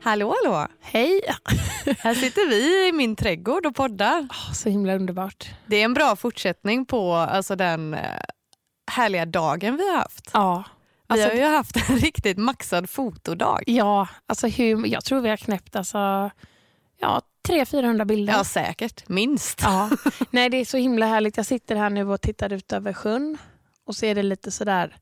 Hallå hallå! Hej! Här sitter vi i min trädgård och poddar. Åh, så himla underbart. Det är en bra fortsättning på alltså, den eh, härliga dagen vi har haft. Ja. Alltså, vi har ju haft en riktigt maxad fotodag. ja, alltså hur, jag tror vi har knäppt alltså, ja, 300-400 bilder. Ja säkert, minst. Ja. Nej, det är så himla härligt. Jag sitter här nu och tittar ut över sjön och ser det lite sådär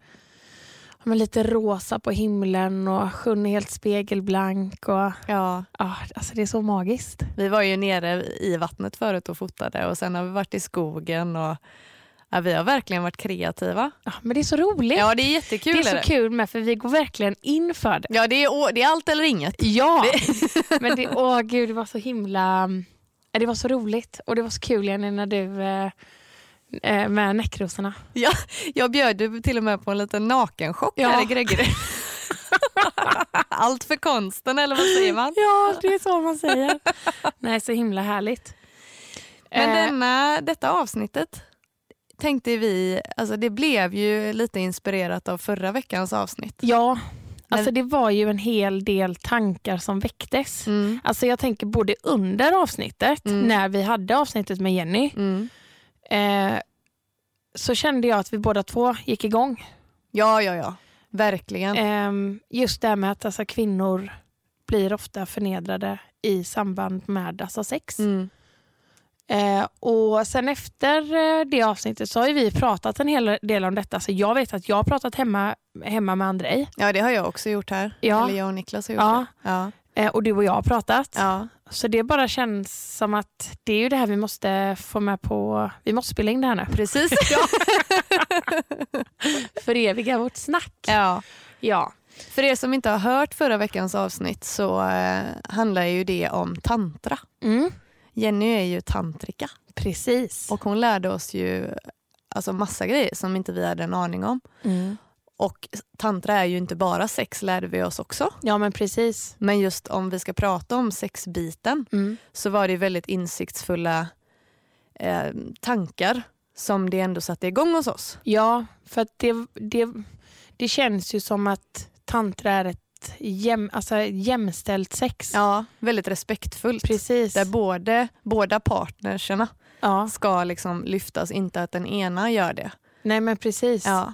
ja, men lite rosa på himlen och sjön är helt spegelblank. Och, Ja, ja, alltså det är så magiskt. vi var ju nere i vattnet förut och fotade och sen har vi varit i skogen. Och, ja, vi har verkligen varit kreativa. Ja, men det är så roligt. Ja det är jättekul. det är är det. så kul med för vi går verkligen in för det. Ja, det, är, å- det är allt eller inget. Ja, men det, åh gud, det var så himla... ja, Det var så roligt och det var så kul Jenny när du eh, eh, med näckrosorna. Ja, jag bjöd ju till och med på en liten nakenchock Ja. här i Greggery. Allt för konsten eller vad säger man? Ja, det är så man säger. Nej, så himla härligt. Men Eh, denna, detta avsnittet tänkte vi, alltså det blev ju lite inspirerat av förra veckans avsnitt. Ja, alltså det var ju en hel del tankar som väcktes. Mm, Alltså jag tänker både under avsnittet, Mm. när vi hade avsnittet med Jenny, mm. eh, så kände jag att vi båda två gick igång. Ja, ja, ja. Verkligen. Ehm, just det här med att alltså, kvinnor blir ofta förnedrade i samband med alltså, sex. Mm. Eh, och sen efter eh, det avsnittet så har ju vi pratat en hel del om detta. Så jag vet att jag har pratat hemma, hemma med Andrej. Ja, det har jag också gjort här. Ja. Eller jag och Niklas har gjort Ja. det. Ja. Eh, och du och jag har pratat. Ja. Så det bara känns som att det är ju det här vi måste få med på. Vi måste spela in det här nu. Precis. ja. Föreviga vårt snack. ja. Ja. För er som inte har hört förra veckans avsnitt så eh, handlar ju det om tantra. Mm. Jenny är ju tantrika Precis. och hon lärde oss ju alltså massa grejer som inte vi hade en aning om. Mm. Och tantra är ju inte bara sex lärde vi oss också. Ja men precis. Men just om vi ska prata om sexbiten Mm. så var det väldigt insiktsfulla eh, tankar som det ändå satte igång hos oss. Ja, för att det, det, det känns ju som att tantra är ett jäm, alltså ett jämställt sex. Ja, väldigt respektfullt. Precis. Där både, båda partnerserna Ja. ska liksom lyftas, inte att den ena gör det. Nej men precis. Ja.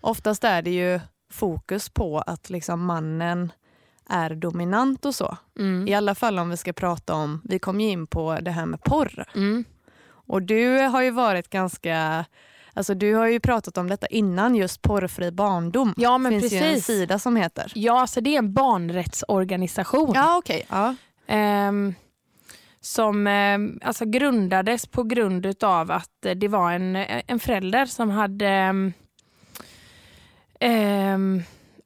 Oftast är det ju fokus på att liksom mannen är dominant och så. Mm. I alla fall om vi ska prata om, vi kom ju in på det här med porr. Mm. Och du har ju varit ganska, alltså du har ju pratat om detta innan just porrfri barndom. Ja, men finns ju en precis. sida som heter. ja, alltså det är en barnrättsorganisation. Ja okej. Ja. Ehm, som ehm, alltså grundades på grund utav att eh, det var en, en förälder som hade ehm, ehm,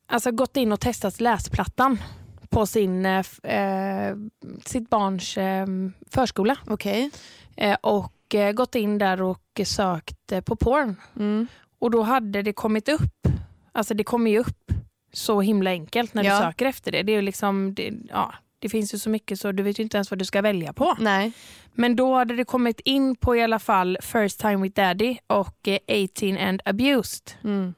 alltså gått in och testat läsplattan på sin, eh, f- eh, sitt barns ehm, förskola. Okej. Eh, och eh, gått in där och sökt eh, på porn. Mm. Och då hade det kommit upp. Alltså det kommer ju upp så himla enkelt när Ja. du söker efter det. Det, är ju liksom, det, ja, det finns ju så mycket så du vet ju inte ens vad du ska välja på. Nej. Men då hade det kommit in på i alla fall First time with daddy och eh, 18 and abused. Mm.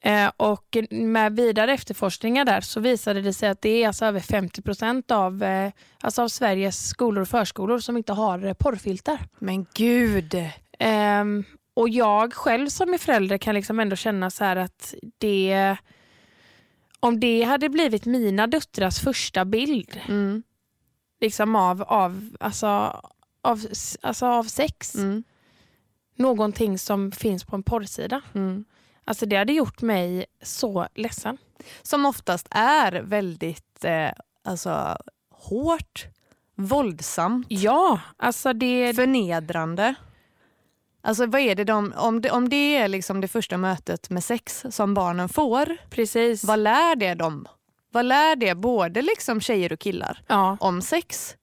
Eh, och med vidare efterforskningar där så visade det sig att det är alltså över 50 procent av, eh, alltså av Sveriges skolor och förskolor som inte har eh, porrfilter. Men gud. Ehm, och jag själv som är förälder kan liksom ändå känna så här att det... Om det hade blivit mina döttrars första bild Mm. liksom av, av, alltså, av, s- alltså av sex, Mm. någonting som finns på en porrsida. Mm. Alltså det hade gjort mig så ledsen. Som oftast är väldigt eh, alltså, hårt, våldsamt Ja, alltså det... förnedrande. Alltså vad är det de, om det, om det är liksom det första mötet med sex som barnen får, precis. vad lär det dem? Vad lär det både liksom tjejer och killar Ja, om sex?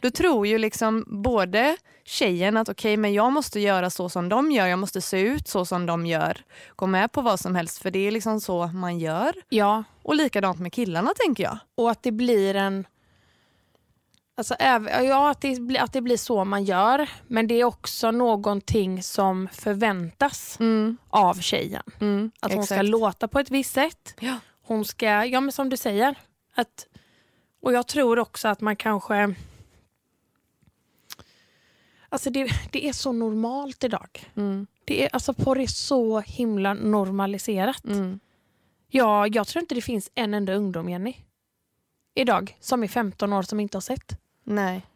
Då tror ju liksom både tjejen att okej men jag måste göra så som de gör, jag måste se ut så som de gör. Gå med på vad som helst för det är liksom så man gör. ja, Och likadant med killarna tänker jag. och att det blir en... Alltså, äv- ja, att det, blir- att det blir så man gör, men det är också någonting som förväntas Mm, av tjejen. mm, Att hon ska exakt. låta på ett visst sätt. Ja. Hon ska, ja men som du säger, att Och jag tror också att man kanske... Alltså det, det är så normalt idag. Mm. Det är, alltså porr är så himla normaliserat. Mm. Ja, jag tror inte det finns en enda ungdom, Jenny, idag som är 15 år som inte har sett. Nej.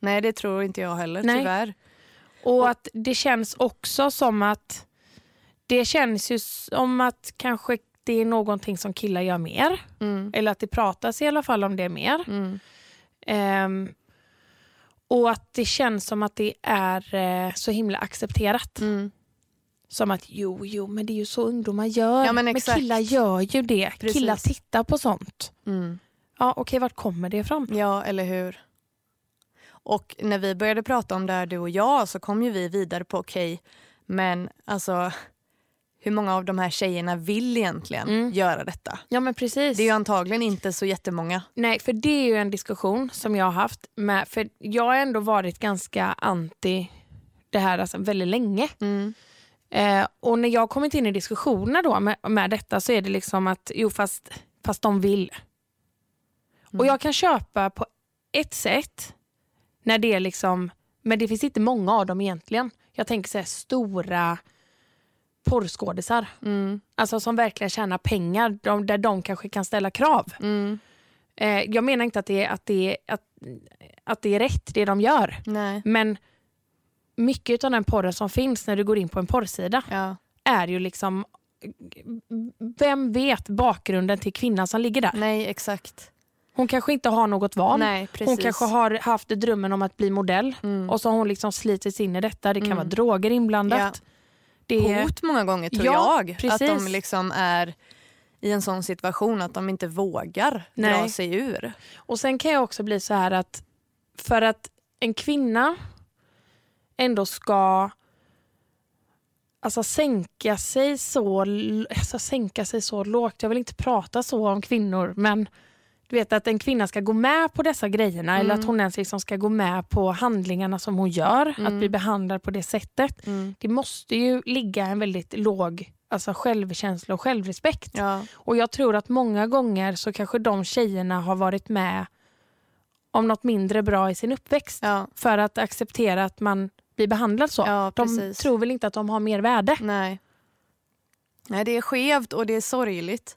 Nej, det tror inte jag heller Nej. tyvärr. Och att det känns också som att det känns ju som att kanske det är någonting som killar gör mer. Mm. Eller att det pratas i alla fall om det mer. Mm. Ehm, och att det känns som att det är eh, så himla accepterat. Mm. Som att jo, jo, men det är ju så ungdomar gör. Ja, men exakt. killar gör ju det. Precis. Killar tittar på sånt. Mm. Ja, okej, vart kommer det ifrån? Ja, eller hur? Och när vi började prata om det här, du och jag, så kom ju vi vidare på okej, men alltså hur många av de här tjejerna vill egentligen Mm. göra detta? Ja, men precis. Det är ju antagligen inte så jättemånga. Nej, för det är ju en diskussion som jag har haft. Med, för Jag har ändå varit ganska anti det här alltså, väldigt länge. Mm. Eh, och när jag har kommit in i diskussioner då med, med detta så är det liksom att jo fast, fast de vill. Och jag kan köpa på ett sätt när det är liksom, men det finns inte många av dem egentligen. Jag tänker så här stora porrskådisar, Mm. alltså som verkligen tjänar pengar, de, där de kanske kan ställa krav. Mm. Eh, jag menar inte att det, är, att, det är, att, att det är rätt det de gör, Nej. men mycket av den porren som finns när du går in på en porrsida Ja. är ju liksom... Vem vet bakgrunden till kvinnan som ligger där? Nej, exakt. Hon kanske inte har något val. Nej, hon precis. kanske har haft drömmen om att bli modell Mm. och så har hon liksom slitits in i detta. Det kan Mm. vara droger inblandat. Det är, hot många gånger tror Ja, jag. Att de precis. liksom är i en sån situation att de inte vågar dra Nej. sig ur. och sen kan jag också bli så här att för att en kvinna ändå ska alltså sänka sig så l- alltså sänka sig så lågt. Jag vill inte prata så om kvinnor men du vet att en kvinna ska gå med på dessa grejerna eller att hon ens liksom ska gå med på handlingarna som hon gör, att bli behandlad på det sättet. Det måste ju ligga en väldigt låg alltså självkänsla och självrespekt. Ja. Och jag tror att många gånger så kanske de tjejerna har varit med om något mindre bra i sin uppväxt Ja. för att acceptera att man blir behandlad så. Ja, de precis. Mm. tror väl inte att de har mer värde. Nej. Nej, det är skevt och det är sorgligt.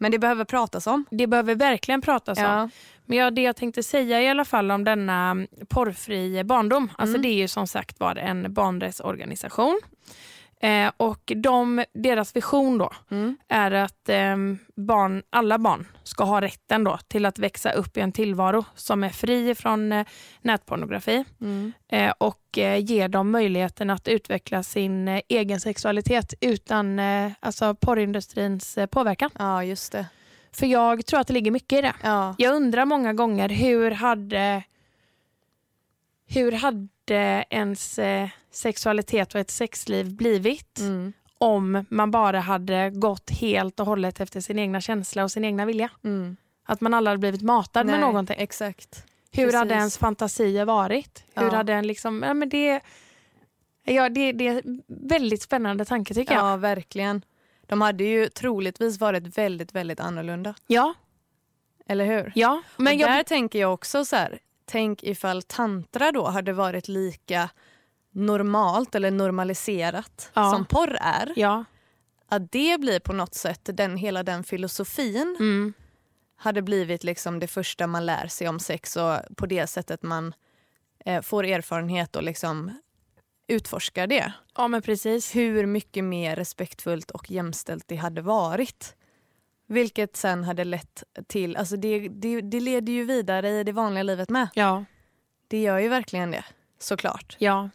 Men det behöver pratas om. Alltså. Det behöver verkligen pratas om. Ja. Men ja, det jag tänkte säga i alla fall om denna mm, porrfri barndom, alltså Mm. det är ju som sagt var en barnrättsorganisation. Eh, och de, deras vision då är att eh, barn, alla barn ska ha rätten då till att växa upp i en tillvaro som är fri från eh, nätpornografi Mm. eh, och eh, ger dem möjligheten att utveckla sin eh, egen sexualitet utan eh, alltså porrindustrins eh, påverkan. ja, just det. För jag tror att det ligger mycket i det. Ja. Jag undrar många gånger hur hade hur hade ens eh, sexualitet och ett sexliv blivit Mm. om man bara hade gått helt och hållet efter sin egna känsla och sin egna vilja? Mm. Att man aldrig hade blivit matad med Nej, någonting. Exakt. Hur hade precis. ens fantasier varit? Hur Ja. hade en liksom, ja, men det, ja, det, det är en väldigt spännande tanke tycker jag. Ja, verkligen. De hade ju troligtvis varit väldigt, väldigt annorlunda. Ja, Eller hur? ja. Men och jag, där tänker jag också så här, tänk ifall tantra då hade varit lika normalt eller normaliserat Ja. som porr är. ja. Att det blir på något sätt, den, hela den filosofin Mm. hade blivit liksom det första man lär sig om sex och på det sättet man eh, får erfarenhet och liksom utforskar det. ja, men precis. Hur mycket mer respektfullt och jämställt det hade varit. Vilket sen hade lett till, alltså det, det, det leder ju vidare i det vanliga livet med. Ja, Det gör ju verkligen det, såklart. ja.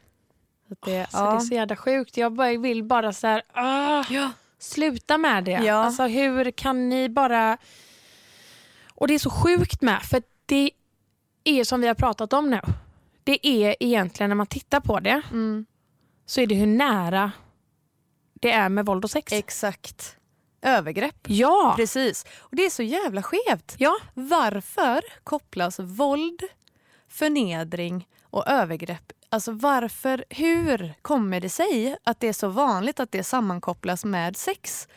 Att det, Alltså, Det är ja. så jävla sjukt. Jag bara vill bara så här, ah, Ja. sluta med det. Ja. Alltså hur kan ni bara... Och det är så sjukt med, för det är ju som vi har pratat om nu. Det är egentligen när man tittar på det Mm, så är det hur nära det är med våld och sex. exakt. Övergrepp. ja, Precis. Och Det är så jävla skevt. ja, Varför kopplas våld, förnedring och övergrepp Alltså varför, hur kommer det sig att det är så vanligt att det sammankopplas med sex?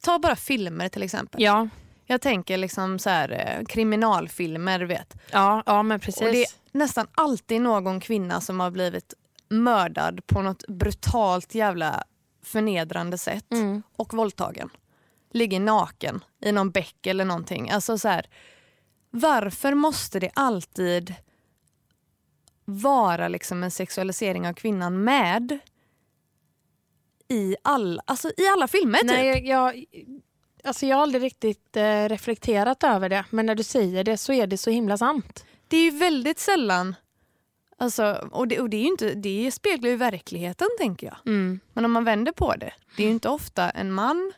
Ta bara filmer till exempel. ja, Jag tänker liksom så här, eh, kriminalfilmer, du vet. Ja, ja men precis. Och det är nästan alltid någon kvinna som har blivit mördad på något brutalt jävla förnedrande sätt Mm. och våldtagen. Ligger naken i någon bäck eller någonting. Alltså så här, varför måste det alltid vara liksom en sexualisering av kvinnan med i, all, alltså i alla filmer? Nej, typ? jag, jag, alltså jag har aldrig riktigt eh, reflekterat över det, men när du säger det så är det så himla sant. Det är ju väldigt sällan... Alltså, och det, och det, är ju inte, det speglar ju verkligheten, tänker jag. Men om man vänder på det, det är ju inte ofta en man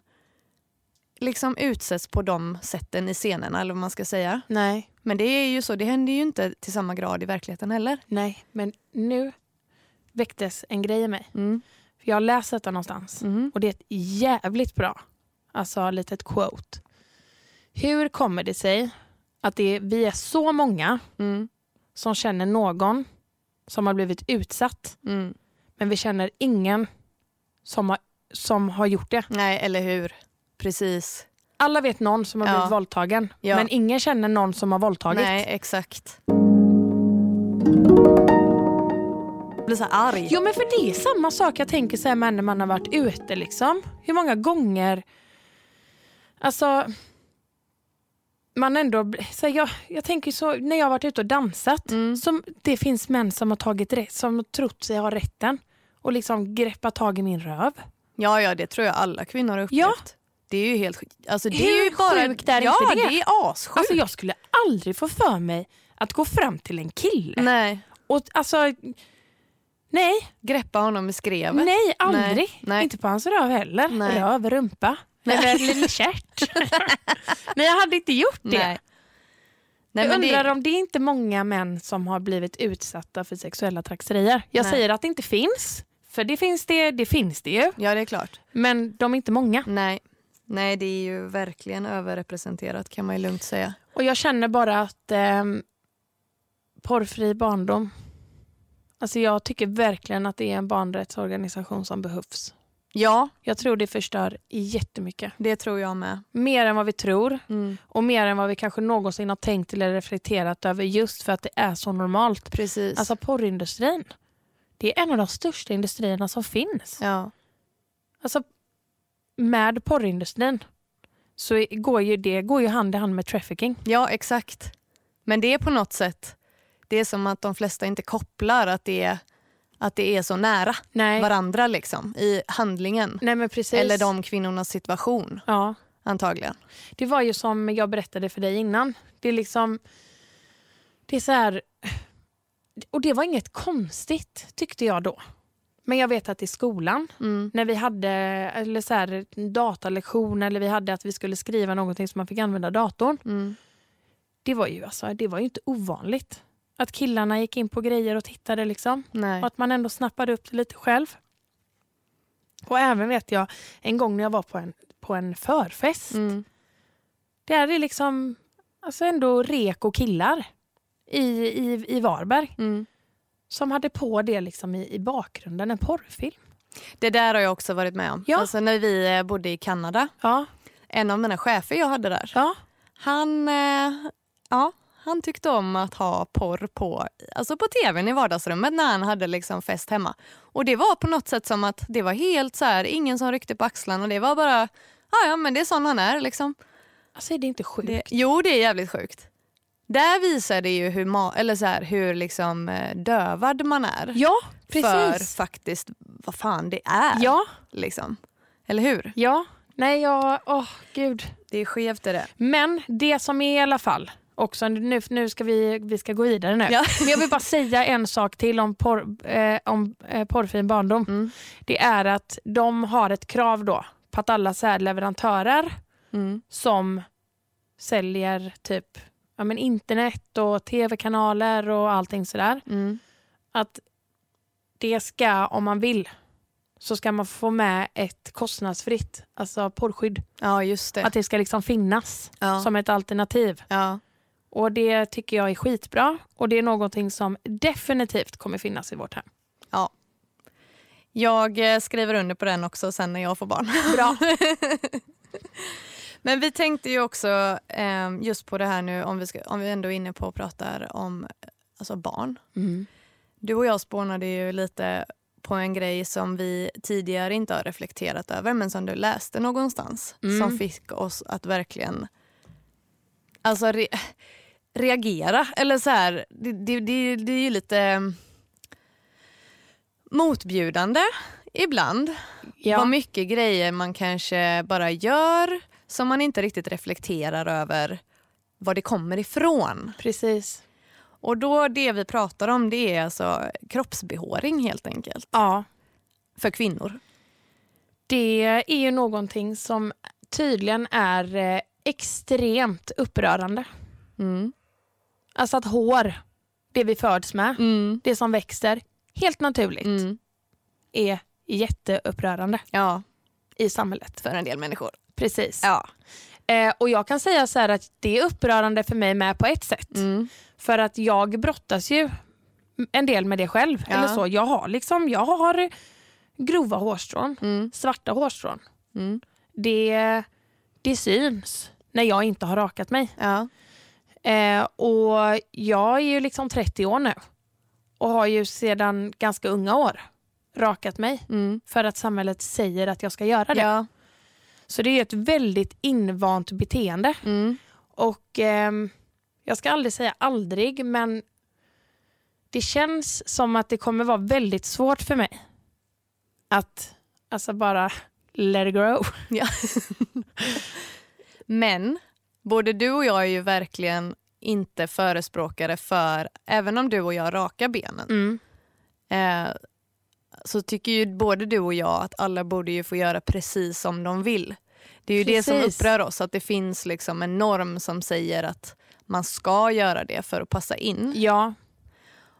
liksom utsätts på de sätten i scenerna, eller vad man ska säga. Nej, Men det är ju så, det händer ju inte till samma grad i verkligheten heller. nej, men nu väcktes en grej i mig. Mm. För jag har läst detta någonstans Mhm. och det är ett jävligt bra alltså, litet quote. Hur kommer det sig att det är, vi är så många Mm. som känner någon som har blivit utsatt, Mm. men vi känner ingen som har, som har gjort det? Nej, eller hur? Precis. Alla vet någon som har Ja. blivit våldtagen, Ja. men ingen känner någon som har våldtagit. Nej, exakt. Jag blir så här arg. Jo men för det är samma sak jag tänker så här med när man har varit ute liksom. Hur många gånger, alltså man ändå, bl- så här, jag, jag tänker så, när jag har varit ute och dansat, Mm. som, det finns män som har tagit rätt, som har trott sig ha rätten och liksom greppat tag i min röv. Ja, ja, det tror jag alla kvinnor har upplevt. Ja. Det är ju helt sjukt. Alltså, det Hur är ju bara... sjukt är ja, inte det? det? är assjukt. Alltså jag skulle aldrig få för mig att gå fram till en kille. nej. Och, alltså, nej, Greppa honom i skrevet. Nej, aldrig. nej. Inte på hans röv heller. Nej. Röv, rumpa. Eller lille kärt. Nej, jag hade inte gjort det. Nej. Nej, jag men undrar det, om det är inte många män som har blivit utsatta för sexuella trakasserier. Jag Nej. säger att det inte finns, för det finns det, det finns det ju. ja, det är klart. Men de är inte många. Nej. Nej, det är ju verkligen överrepresenterat kan man ju lugnt säga. Och jag känner bara att ehm, porrfri barndom, alltså jag tycker verkligen att det är en barnrättsorganisation som behövs. Ja, Jag tror det förstör jättemycket. det tror jag med. Mer än vad vi tror. Mm, och mer än vad vi kanske någonsin har tänkt eller reflekterat över just för att det är så normalt. precis. Alltså porrindustrin, det är en av de största industrierna som finns. ja. Alltså med porrindustrin så är- går ju det går ju hand i hand med trafficking. ja, exakt. Men det är på något sätt, det är som att de flesta inte kopplar att det är, att det är så nära Nej, varandra liksom i handlingen. Nej men precis. Eller de kvinnornas situation Ja. antagligen. Det var ju som jag berättade för dig innan. Det är liksom... Det är så här... Och det var inget konstigt tyckte jag då. Men jag vet att i skolan, Mm. när vi hade eller så här, datalektion eller vi hade att vi skulle skriva någonting som man fick använda datorn. Mm. Det var ju, alltså, det var ju inte ovanligt. Att killarna gick in på grejer och tittade liksom. Nej. Och att man ändå snappade upp det lite själv. Och även vet jag en gång när jag var på en, på en förfest. Mm. Där är liksom alltså ändå rek och killar i, i, i Varberg Mm. som hade på det liksom i, i bakgrunden, en porrfilm. Det där har jag också varit med om. Ja. Alltså när vi eh, bodde i Kanada, Ja, en av mina chefer jag hade där, ja. han, eh, ja, han tyckte om att ha porr på, alltså på tvn i vardagsrummet när han hade liksom fest hemma. Och det var på något sätt som att det var helt så här, ingen som ryckte på axlarna. Det var bara, ja ja men det är sån han är liksom. Alltså är det inte sjukt? Det, jo det är jävligt sjukt. Där visar det ju hur, ma- eller så här, hur liksom eh, dövad man är. Ja, För precis. faktiskt vad fan det är. Ja, Liksom. Eller hur? ja. Nej, jag... Åh, gud. Det är skevt det där. Men det som är i alla fall, också nu, nu ska vi, vi ska gå vidare nu. Ja. Men jag vill bara säga en sak till om, porr, eh, om eh, porrfin barndom. Mm. Det är att de har ett krav då på att alla så här leverantörer Mm. som säljer typ ja, men internet och tv-kanaler och allting sådär. Mm. Att det ska, om man vill, så ska man få med ett kostnadsfritt alltså porrskydd. Ja, just det. Att det ska liksom finnas ja. som ett alternativ. ja. Och Det tycker jag är skitbra och det är någonting som definitivt kommer finnas i vårt hem. Jag eh, skriver under på den också sen när jag får barn. Bra. Men vi tänkte ju också eh, just på det här nu om vi, ska, om vi ändå är inne på och pratar om alltså barn. Mm. Du och jag spånade ju lite på en grej som vi tidigare inte har reflekterat över men som du läste någonstans Mm. som fick oss att verkligen alltså re- reagera. Eller så här, det, det, det, det är ju lite motbjudande ibland Ja. vad mycket grejer man kanske bara gör som man inte riktigt reflekterar över var det kommer ifrån. Precis. Och då det vi pratar om det är alltså kroppsbehåring helt enkelt. Ja. För kvinnor. Det är ju någonting som tydligen är eh, extremt upprörande. Mm. Alltså att hår, det vi föds med, Mm. det som växer, helt naturligt, Mm. är jätteupprörande Ja, i samhället. för en del människor. Precis. Ja. Eh, och jag kan säga så här att det är upprörande för mig med på ett sätt. Mm. För att jag brottas ju en del med det själv. Ja. Eller så. Jag har liksom, jag har grova hårstrån, Mm. svarta hårstrån. Mm. Det, det syns när jag inte har rakat mig. Ja. Eh, och jag är ju liksom 30 år nu och har ju sedan ganska unga år rakat mig Mm. för att samhället säger att jag ska göra det. Ja. Så det är ju ett väldigt invant beteende. Mm. Och ehm, jag ska aldrig säga aldrig, men det känns som att det kommer vara väldigt svårt för mig att alltså bara let it grow. Ja. Men både du och jag är ju verkligen inte förespråkare för, även om du och jag rakar benen, Mm. eh, så tycker ju både du och jag att alla borde ju få göra precis som de vill. Det är ju det som Precis. upprör oss, att det finns liksom en norm som säger att man ska göra det för att passa in. Ja,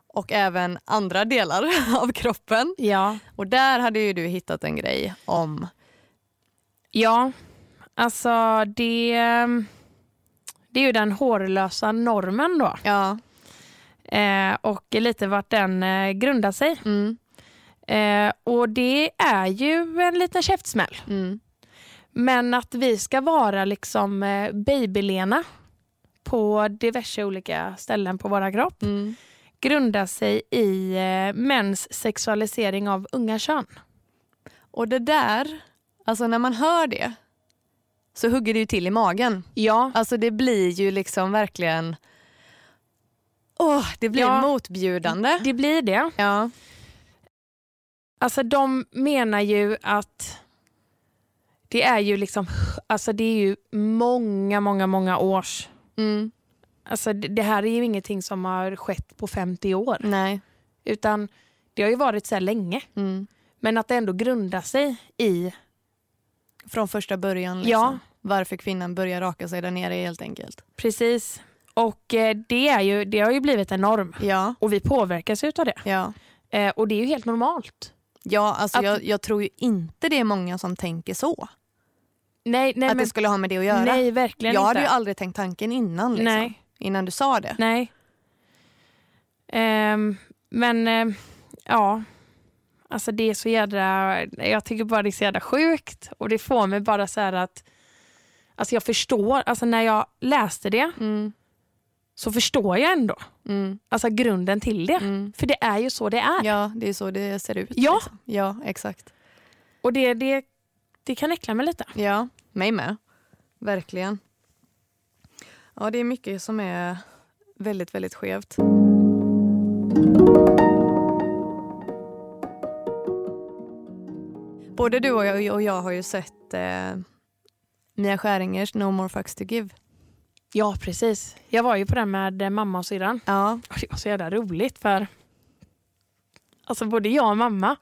Och även andra delar av kroppen. ja, Och där hade ju du hittat en grej om... ja. Alltså det, ehm, det är ju den hårlösa normen då Ja. eh, och lite vart den eh, grundar sig. Mm, Eh, och det är ju en liten käftsmäll. mm, Men att vi ska vara liksom eh, babylena på diverse olika ställen på våra kropp mm, grundar sig i eh, mäns sexualisering av unga kön. Och det där, alltså när man hör det så hugger det ju till i magen. Ja, Alltså det blir ju liksom verkligen... Åh, det blir Ja. motbjudande. det blir det. Ja. Alltså de menar ju att det är ju liksom, alltså det är ju många, många, många års Mm. Alltså det det här är ju ingenting som har skett på 50 år. Nej. Utan det har ju varit så här länge. Mm. Men att det ändå grundar sig i Från första början. Liksom. Ja. Varför kvinnan börjar raka sig där nere helt enkelt. Precis. Och eh, det, är ju, det har ju blivit en norm. Ja. Och vi påverkas utav det. Ja, Eh, och det är ju helt normalt. ja alltså Att- jag, jag tror ju inte det är många som tänker så. Nej, nej, att det men, skulle ha med det att göra. nej verkligen jag hade inte. ju aldrig tänkt tanken innan. Liksom, Nej. Innan du sa det. nej. Ehm, men eh, ja, alltså det är så jädra, jag tycker bara det är så jädra sjukt. Och det får mig bara så här att, alltså jag förstår, alltså när jag läste det Mm, så förstår jag ändå mm, alltså grunden till det. mm. För det är ju så det är. Ja, det är så det ser ut. Ja. liksom. ja exakt. Och det, det, det kan äckla mig lite. Ja, mig med. Verkligen. Ja, det är mycket som är väldigt, väldigt skevt. Både du och jag, och jag har ju sett eh, Mia Skäringers No more fucks to give. Ja, precis. Jag var ju på den med eh, mamma och syrran. Ja. Och Det var så jävla roligt för alltså både jag och mamma,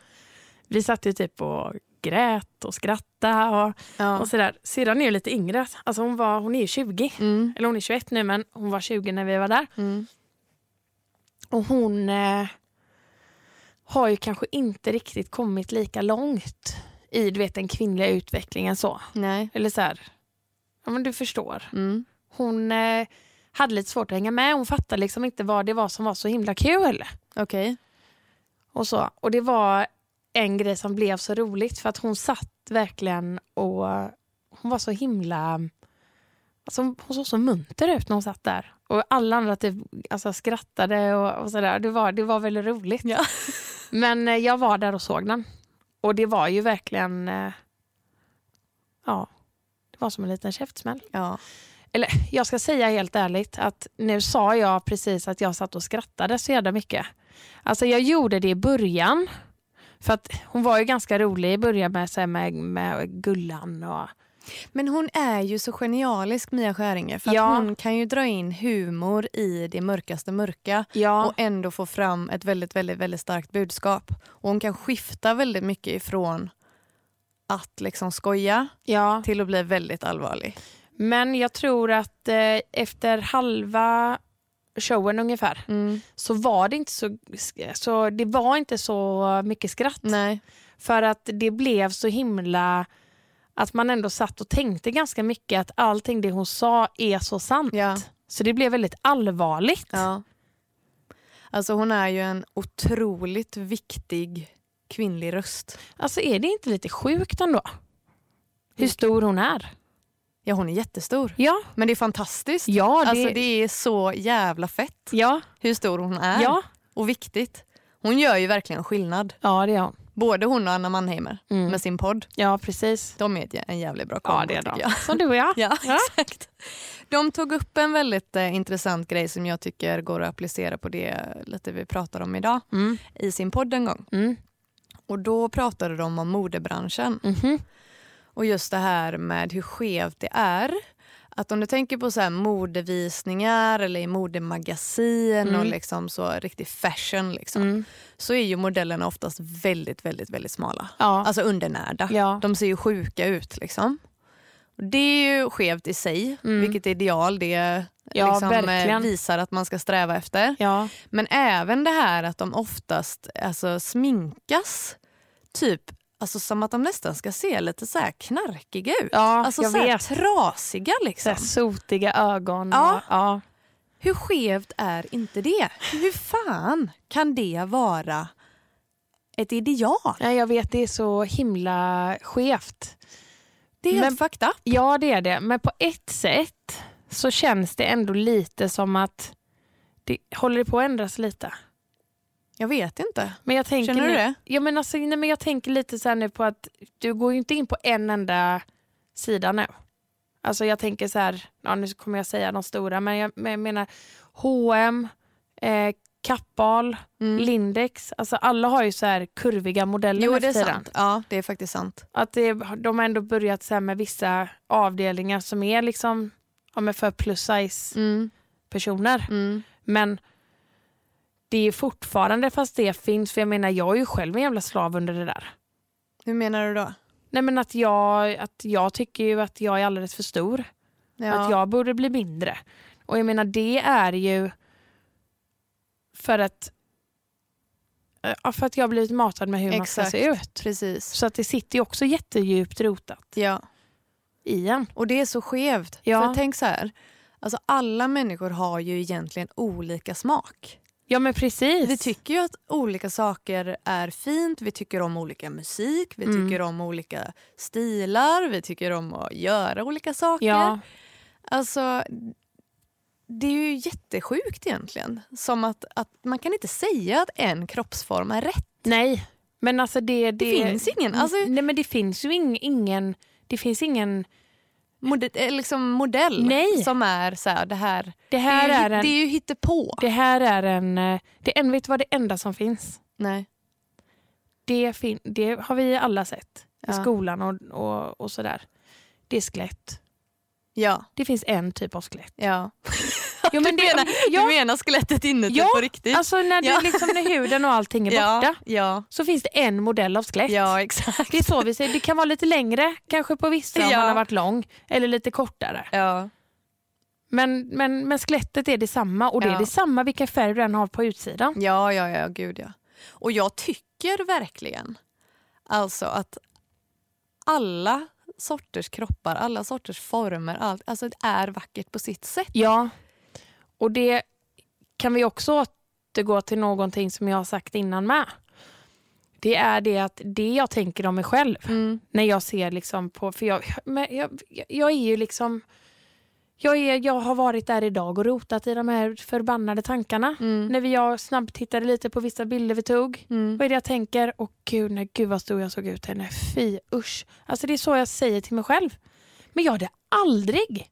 vi satt ju typ och grät och skrattade och, ja. och sådär. Syrran är ju lite yngre. Alltså hon, var, hon är ju 20. Mm, Eller hon är 21 nu men hon var 20 när vi var där. mm, Och hon eh, har ju kanske inte riktigt kommit lika långt i du vet, den kvinnliga utvecklingen. så. nej. Eller så här, ja men du förstår. Mm, Hon eh, hade lite svårt att hänga med. Hon fattade liksom inte vad det var som var så himla kul. Okej. Och, så. och det var en grej som blev så roligt för att hon satt verkligen och hon var så himla Alltså, hon såg så munter ut när hon satt där. Och alla andra typ, alltså, skrattade och, och sådär. Det var, det var väldigt roligt. Ja. Men eh, jag var där och såg den. Och det var ju verkligen... Eh, ja, det var som en liten käftsmäll. Ja. Eller jag ska säga helt ärligt att nu sa jag precis att jag satt och skrattade så jävla mycket. Alltså jag gjorde det i början. För att hon var ju ganska rolig i början med, så här med, med Gullan och... Men hon är ju så genialisk, Mia Skäringer. För att Ja. Hon kan ju dra in humor i det mörkaste mörka Ja, och ändå få fram ett väldigt, väldigt, väldigt starkt budskap. Och Hon kan skifta väldigt mycket ifrån att liksom skoja ja. till att bli väldigt allvarlig. Men jag tror att eh, efter halva showen ungefär så var det inte så, så, det var inte så mycket skratt. Nej. För att det blev så himla att man ändå satt och tänkte ganska mycket att allting det hon sa är så sant. Ja. Så det blev väldigt allvarligt. Ja. Alltså hon är ju en otroligt viktig kvinnlig röst. Alltså är det inte lite sjukt ändå? Hur stor hon är. Ja, hon är jättestor. Ja, Men det är fantastiskt. ja, det, Alltså det är så jävla fett ja, hur stor hon är. ja. Och viktigt. Hon gör ju verkligen skillnad. ja, det är hon. Både hon och Anna Mannheimer Mm. med sin podd. Ja, precis. De är ett jä- en jävligt bra kombo Ja, det är tycker de. jag. Som du och jag. Ja, Ja. exakt. De tog upp en väldigt eh, intressant grej som jag tycker går att applicera på det lite vi pratar om idag Mm. i sin podd en gång. Mm. Och då pratade de om modebranschen Mhm. och just det här med hur skevt det är. Att om du tänker på så här modevisningar eller i modemagasin och Mm. liksom så riktig fashion liksom, Mm. så är ju modellerna oftast väldigt, väldigt, väldigt smala. Ja. Alltså undernärda. Ja. De ser ju sjuka ut. liksom. Och Det är ju skevt i sig, Mm. vilket ideal det Ja, liksom, eh, verkligen. visar att man ska sträva efter. ja. Men även det här att de oftast alltså, sminkas typ alltså, som att de nästan ska se lite så här knarkiga ut. Ja, alltså jag så här vet. trasiga Så liksom. här sotiga ögon. Ja. Och, ja. Hur skevt är inte det? Hur fan kan det vara ett ideal? Nej, jag vet, det är så himla skevt. Det är helt Men- fucked up. Ja, det är det. Men på ett sätt så känns det ändå lite som att det håller på att ändras lite. Jag vet inte. Men jag tänker Känner du nu, det? Ja, men alltså, nej, men jag tänker lite så här nu på att du går ju inte in på en enda sida nu. Alltså jag tänker så här, ja, nu kommer jag säga de stora, men jag, men jag menar H&M, eh, Kappahl, Mm. Lindex. Alltså alla har ju så här kurviga modeller Jo, nu det är för tiden. sant. Ja, det är faktiskt sant. Att det, de har ändå börjat så här med vissa avdelningar som är liksom ja, men för plus size Mm. personer. Mm. Men det är fortfarande, fast det finns, för jag menar jag är ju själv en jävla slav under det där. Hur menar du då? Nej men att jag, att jag tycker ju att jag är alldeles för stor. Att jag borde bli mindre. Och jag menar det är ju för att, ja, för att jag har blivit matad med hur man ska Exakt. se ut. Precis. Så att det sitter ju också jättedjupt rotat Ja. i en. Och det är så skevt. Ja. För tänk så här. Alltså alla människor har ju egentligen olika smak. Ja men precis. Vi tycker ju att olika saker är fint. Vi tycker om olika musik, vi Mm. tycker om olika stilar, vi tycker om att göra olika saker. ja. Alltså, det är ju jättesjukt egentligen. Som att, att man kan inte säga att en kroppsform är rätt. Nej. Men alltså det, Det, det, finns ingen. Alltså, Nej men det finns ju ing, ingen, det finns ingen, mode, eh, liksom modell Nej. som är så här, det här, det det här är, ju, är hit- en, det är ju hittepå. det här är en, eh, det, en- vet du vad det enda som finns? Nej. Det, fin- det har vi alla sett i Ja. skolan och, och, och sådär. Det är skelett. Ja, Det finns en typ av skelett. ja. Jo, men du, menar, du ja, menar skelettet inuti Ja, på riktigt? alltså när, det, Ja. liksom, när huden och allting är ja, borta ja, så finns det en modell av skelett. ja, exakt. Det är så vi säger. Det kan vara lite längre kanske på vissa om Ja. man har varit lång eller lite kortare. Ja, Men, men, men skelettet är detsamma och det Ja. är detsamma vilken färg du än har på utsidan. ja, ja, ja, gud ja. Och jag tycker verkligen alltså att alla sorters kroppar, alla sorters former, allt, alltså det är vackert på sitt sätt. Ja. Och det kan vi också återgå till någonting som jag har sagt innan med. Det är det att det jag tänker om mig Mm. själv när jag ser liksom på... För jag, men jag, jag är ju liksom... jag, är, jag har varit där idag och rotat i de här förbannade tankarna. Mm. När vi- jag snabbtittade lite på vissa bilder vi tog. Mm. Vad är det jag tänker? Och gud, nej, gud vad stor jag såg ut henne. Fy, usch. Alltså det är så jag säger till mig själv. Men jag hade aldrig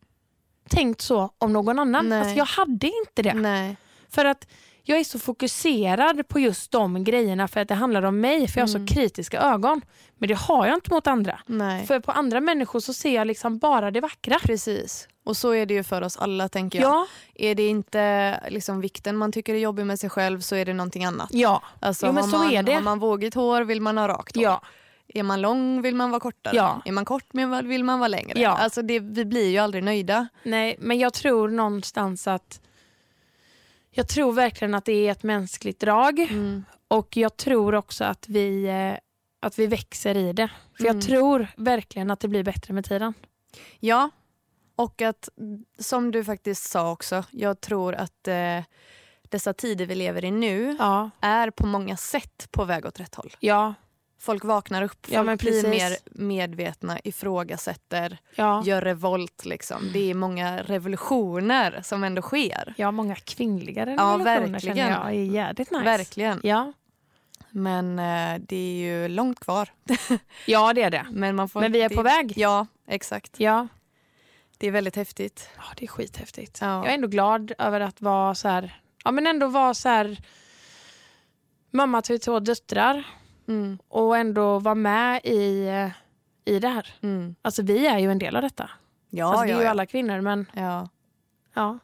tänkt så om någon annan. Nej. Mm. Alltså jag hade inte det. Nej. För att jag är så fokuserad på just de grejerna för att det handlar om mig. För jag har Mm. så kritiska ögon. Men det har jag inte mot andra. Nej. För på andra människor så ser jag liksom bara det vackra. Precis. Och så är det ju för oss alla tänker jag. Ja. Är det inte liksom vikten man tycker är jobbig med sig själv så är det någonting annat. Ja. Alltså, Jo, men har, så man, är det. har man vågigt hår vill man ha rakt hår. Ja. Är man lång vill man vara kortare. Ja. Är man kort men vill man vara längre. Ja. Alltså det, vi blir ju aldrig nöjda. Nej, men jag tror någonstans att... Jag tror verkligen att det är ett mänskligt drag och jag tror också att vi, eh, att vi växer i det. För Mm. jag tror verkligen att det blir bättre med tiden. Ja, och att som du faktiskt sa också, jag tror att eh, dessa tider vi lever i nu Ja, är på många sätt på väg åt rätt håll. ja, Folk vaknar upp, folk Ja, men blir precis. mer medvetna, ifrågasätter, ja. gör revolt. Liksom. Det är många revolutioner som ändå sker. Jag har många kvinnliga Ja, relationer verkligen. känner jag. Det är jävligt nice. Verkligen. Ja. Men eh, det är ju långt kvar. ja, det är det. Men, man får Men vi är det- på väg. Ja, exakt. Ja, Det är väldigt häftigt. ja det är skithäftigt. Ja. Jag är ändå glad över att vara så här... Ja, men ändå vara så här... Mamma till två döttrar. Mm, och ändå vara med i, i det här. mm. Alltså vi är ju en del av detta. Ja, alltså, vi är ja, ju ja. alla kvinnor men ja, ja.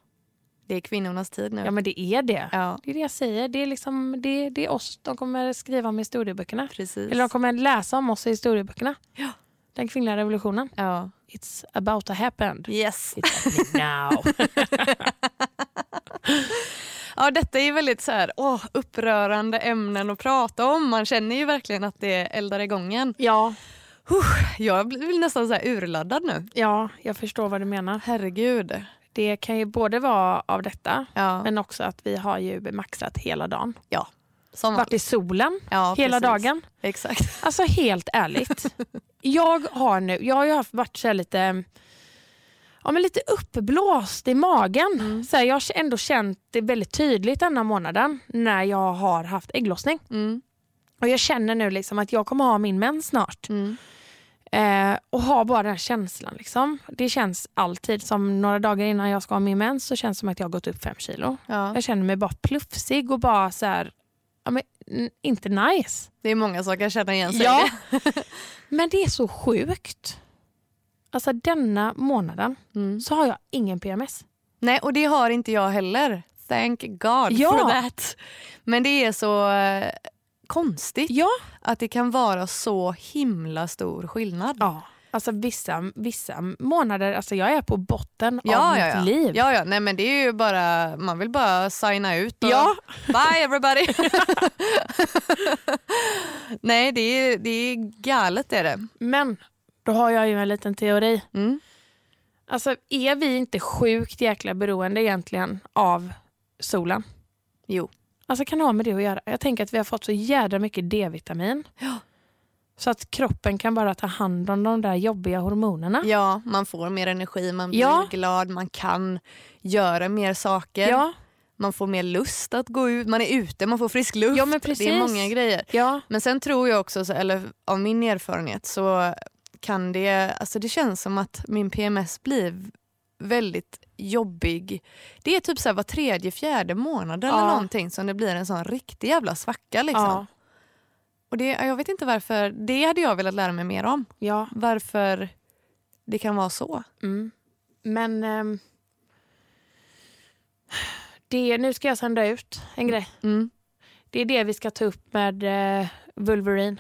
det är kvinnornas tid nu. ja, men det är det. Ja, Det är det jag säger. Det är, liksom, det, det är oss de kommer skriva om i historieböckerna. precis. Eller de kommer läsa om oss i historieböckerna. Ja. Den kvinnliga revolutionen. ja. It's about to happen. Yes. It's happening now. Ja, detta är ju väldigt så här, åh, upprörande ämnen att prata om. Man känner ju verkligen att det eldar igång en. ja, Jag blir nästan så här urladdad nu. ja, jag förstår vad du menar. Herregud. Det kan ju både vara av detta Ja, men också att vi har ju maxat hela dagen. som Varit i solen Ja, hela precis. dagen. Exakt. Alltså helt ärligt. jag har nu, jag har ju haft, varit så här lite, ja, men lite uppblåst i magen. Mm. Så här, jag har ändå känt det väldigt tydligt denna månaden när jag har haft ägglossning. Mm, Och jag känner nu liksom att jag kommer ha min mens snart. mm, Eh, och har bara den här känslan. Liksom. Det känns alltid som några dagar innan jag ska ha min mens så känns det som att jag har gått upp fem kilo. ja. Jag känner mig bara plufsig och bara så här, ja, men, n- inte nice. Det är många som kan känna igen sig. i Ja. det. Men det är så sjukt. Alltså denna månaden Mm. så har jag ingen PMS. Nej, och det har inte jag heller. Thank God Ja. for that. Men det är så eh, konstigt Ja. att det kan vara så himla stor skillnad. ja. Alltså vissa, vissa månader, alltså jag är på botten av Ja, ja, mitt ja. liv. ja, ja. Nej, men det är ju bara, man vill bara signa ut och Ja. bye everybody. Nej, det är, det är galet är det. Men då har jag ju en liten teori. Mm. Alltså är vi inte sjukt jäkla beroende egentligen av solen? Jo. Alltså kan det ha med det att göra? Jag tänker att vi har fått så jädra mycket D-vitamin. Ja. Så att kroppen kan bara ta hand om de där jobbiga hormonerna. Ja, man får mer energi, man blir Ja. glad, man kan göra mer saker. ja. Man får mer lust att gå ut, man är ute, man får frisk luft. Ja, men precis. Det är många grejer. ja. Men sen tror jag också, så- eller av min erfarenhet så kan det, alltså det känns som att min PMS blir väldigt jobbig. Det är typ så här var tredje, fjärde månad eller Ja. någonting som det blir en sån riktig jävla svacka. Liksom. ja. Och det, jag vet inte varför, det hade jag velat lära mig mer om. ja. Varför det kan vara så. Mm. Men ehm, det, nu ska jag sända ut en grej. Mm. Det är det vi ska ta upp med eh, Wolverine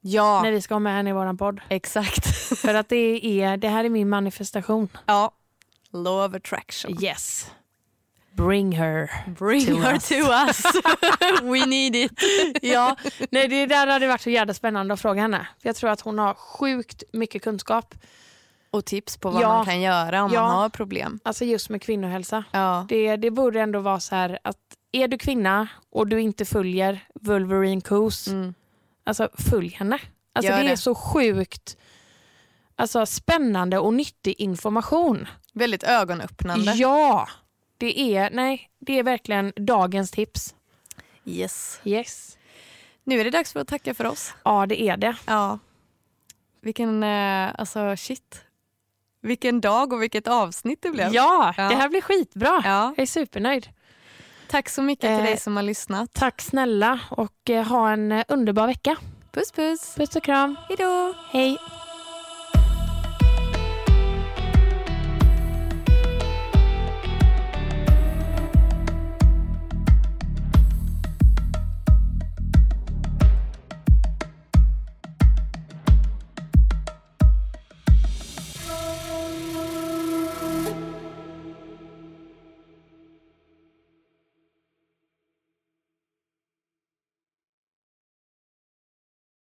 Ja, när vi ska ha med henne i vår podd. exakt. För att det, är, det här är min manifestation. ja. Law of attraction. Yes. Bring her. Bring To her us. to us. We need it. ja, nej, det där hade varit så jävla spännande att fråga henne. För Jag tror att hon har sjukt mycket kunskap. Och tips på vad Ja. man kan göra om Ja. man har problem. Alltså just med kvinnohälsa. Ja. Det, det borde ändå vara så här att är du kvinna och du inte följer Wolverine Coos Mm. Alltså följ henne. Alltså, Gör det, det. är så sjukt alltså, spännande och nyttig information. Väldigt ögonöppnande. Ja, det är, nej, det är verkligen dagens tips. Yes. Yes. Nu är det dags för att tacka för oss. Ja, det är det. Ja. Vilken, eh, alltså shit. Vilken dag och vilket avsnitt det blev. Ja, Ja. det här blir skitbra. Ja. Jag är supernöjd. Tack så mycket till Eh. dig som har lyssnat. Tack snälla och eh, ha en eh, underbar vecka. Puss puss. Puss och kram. Hejdå. Hej.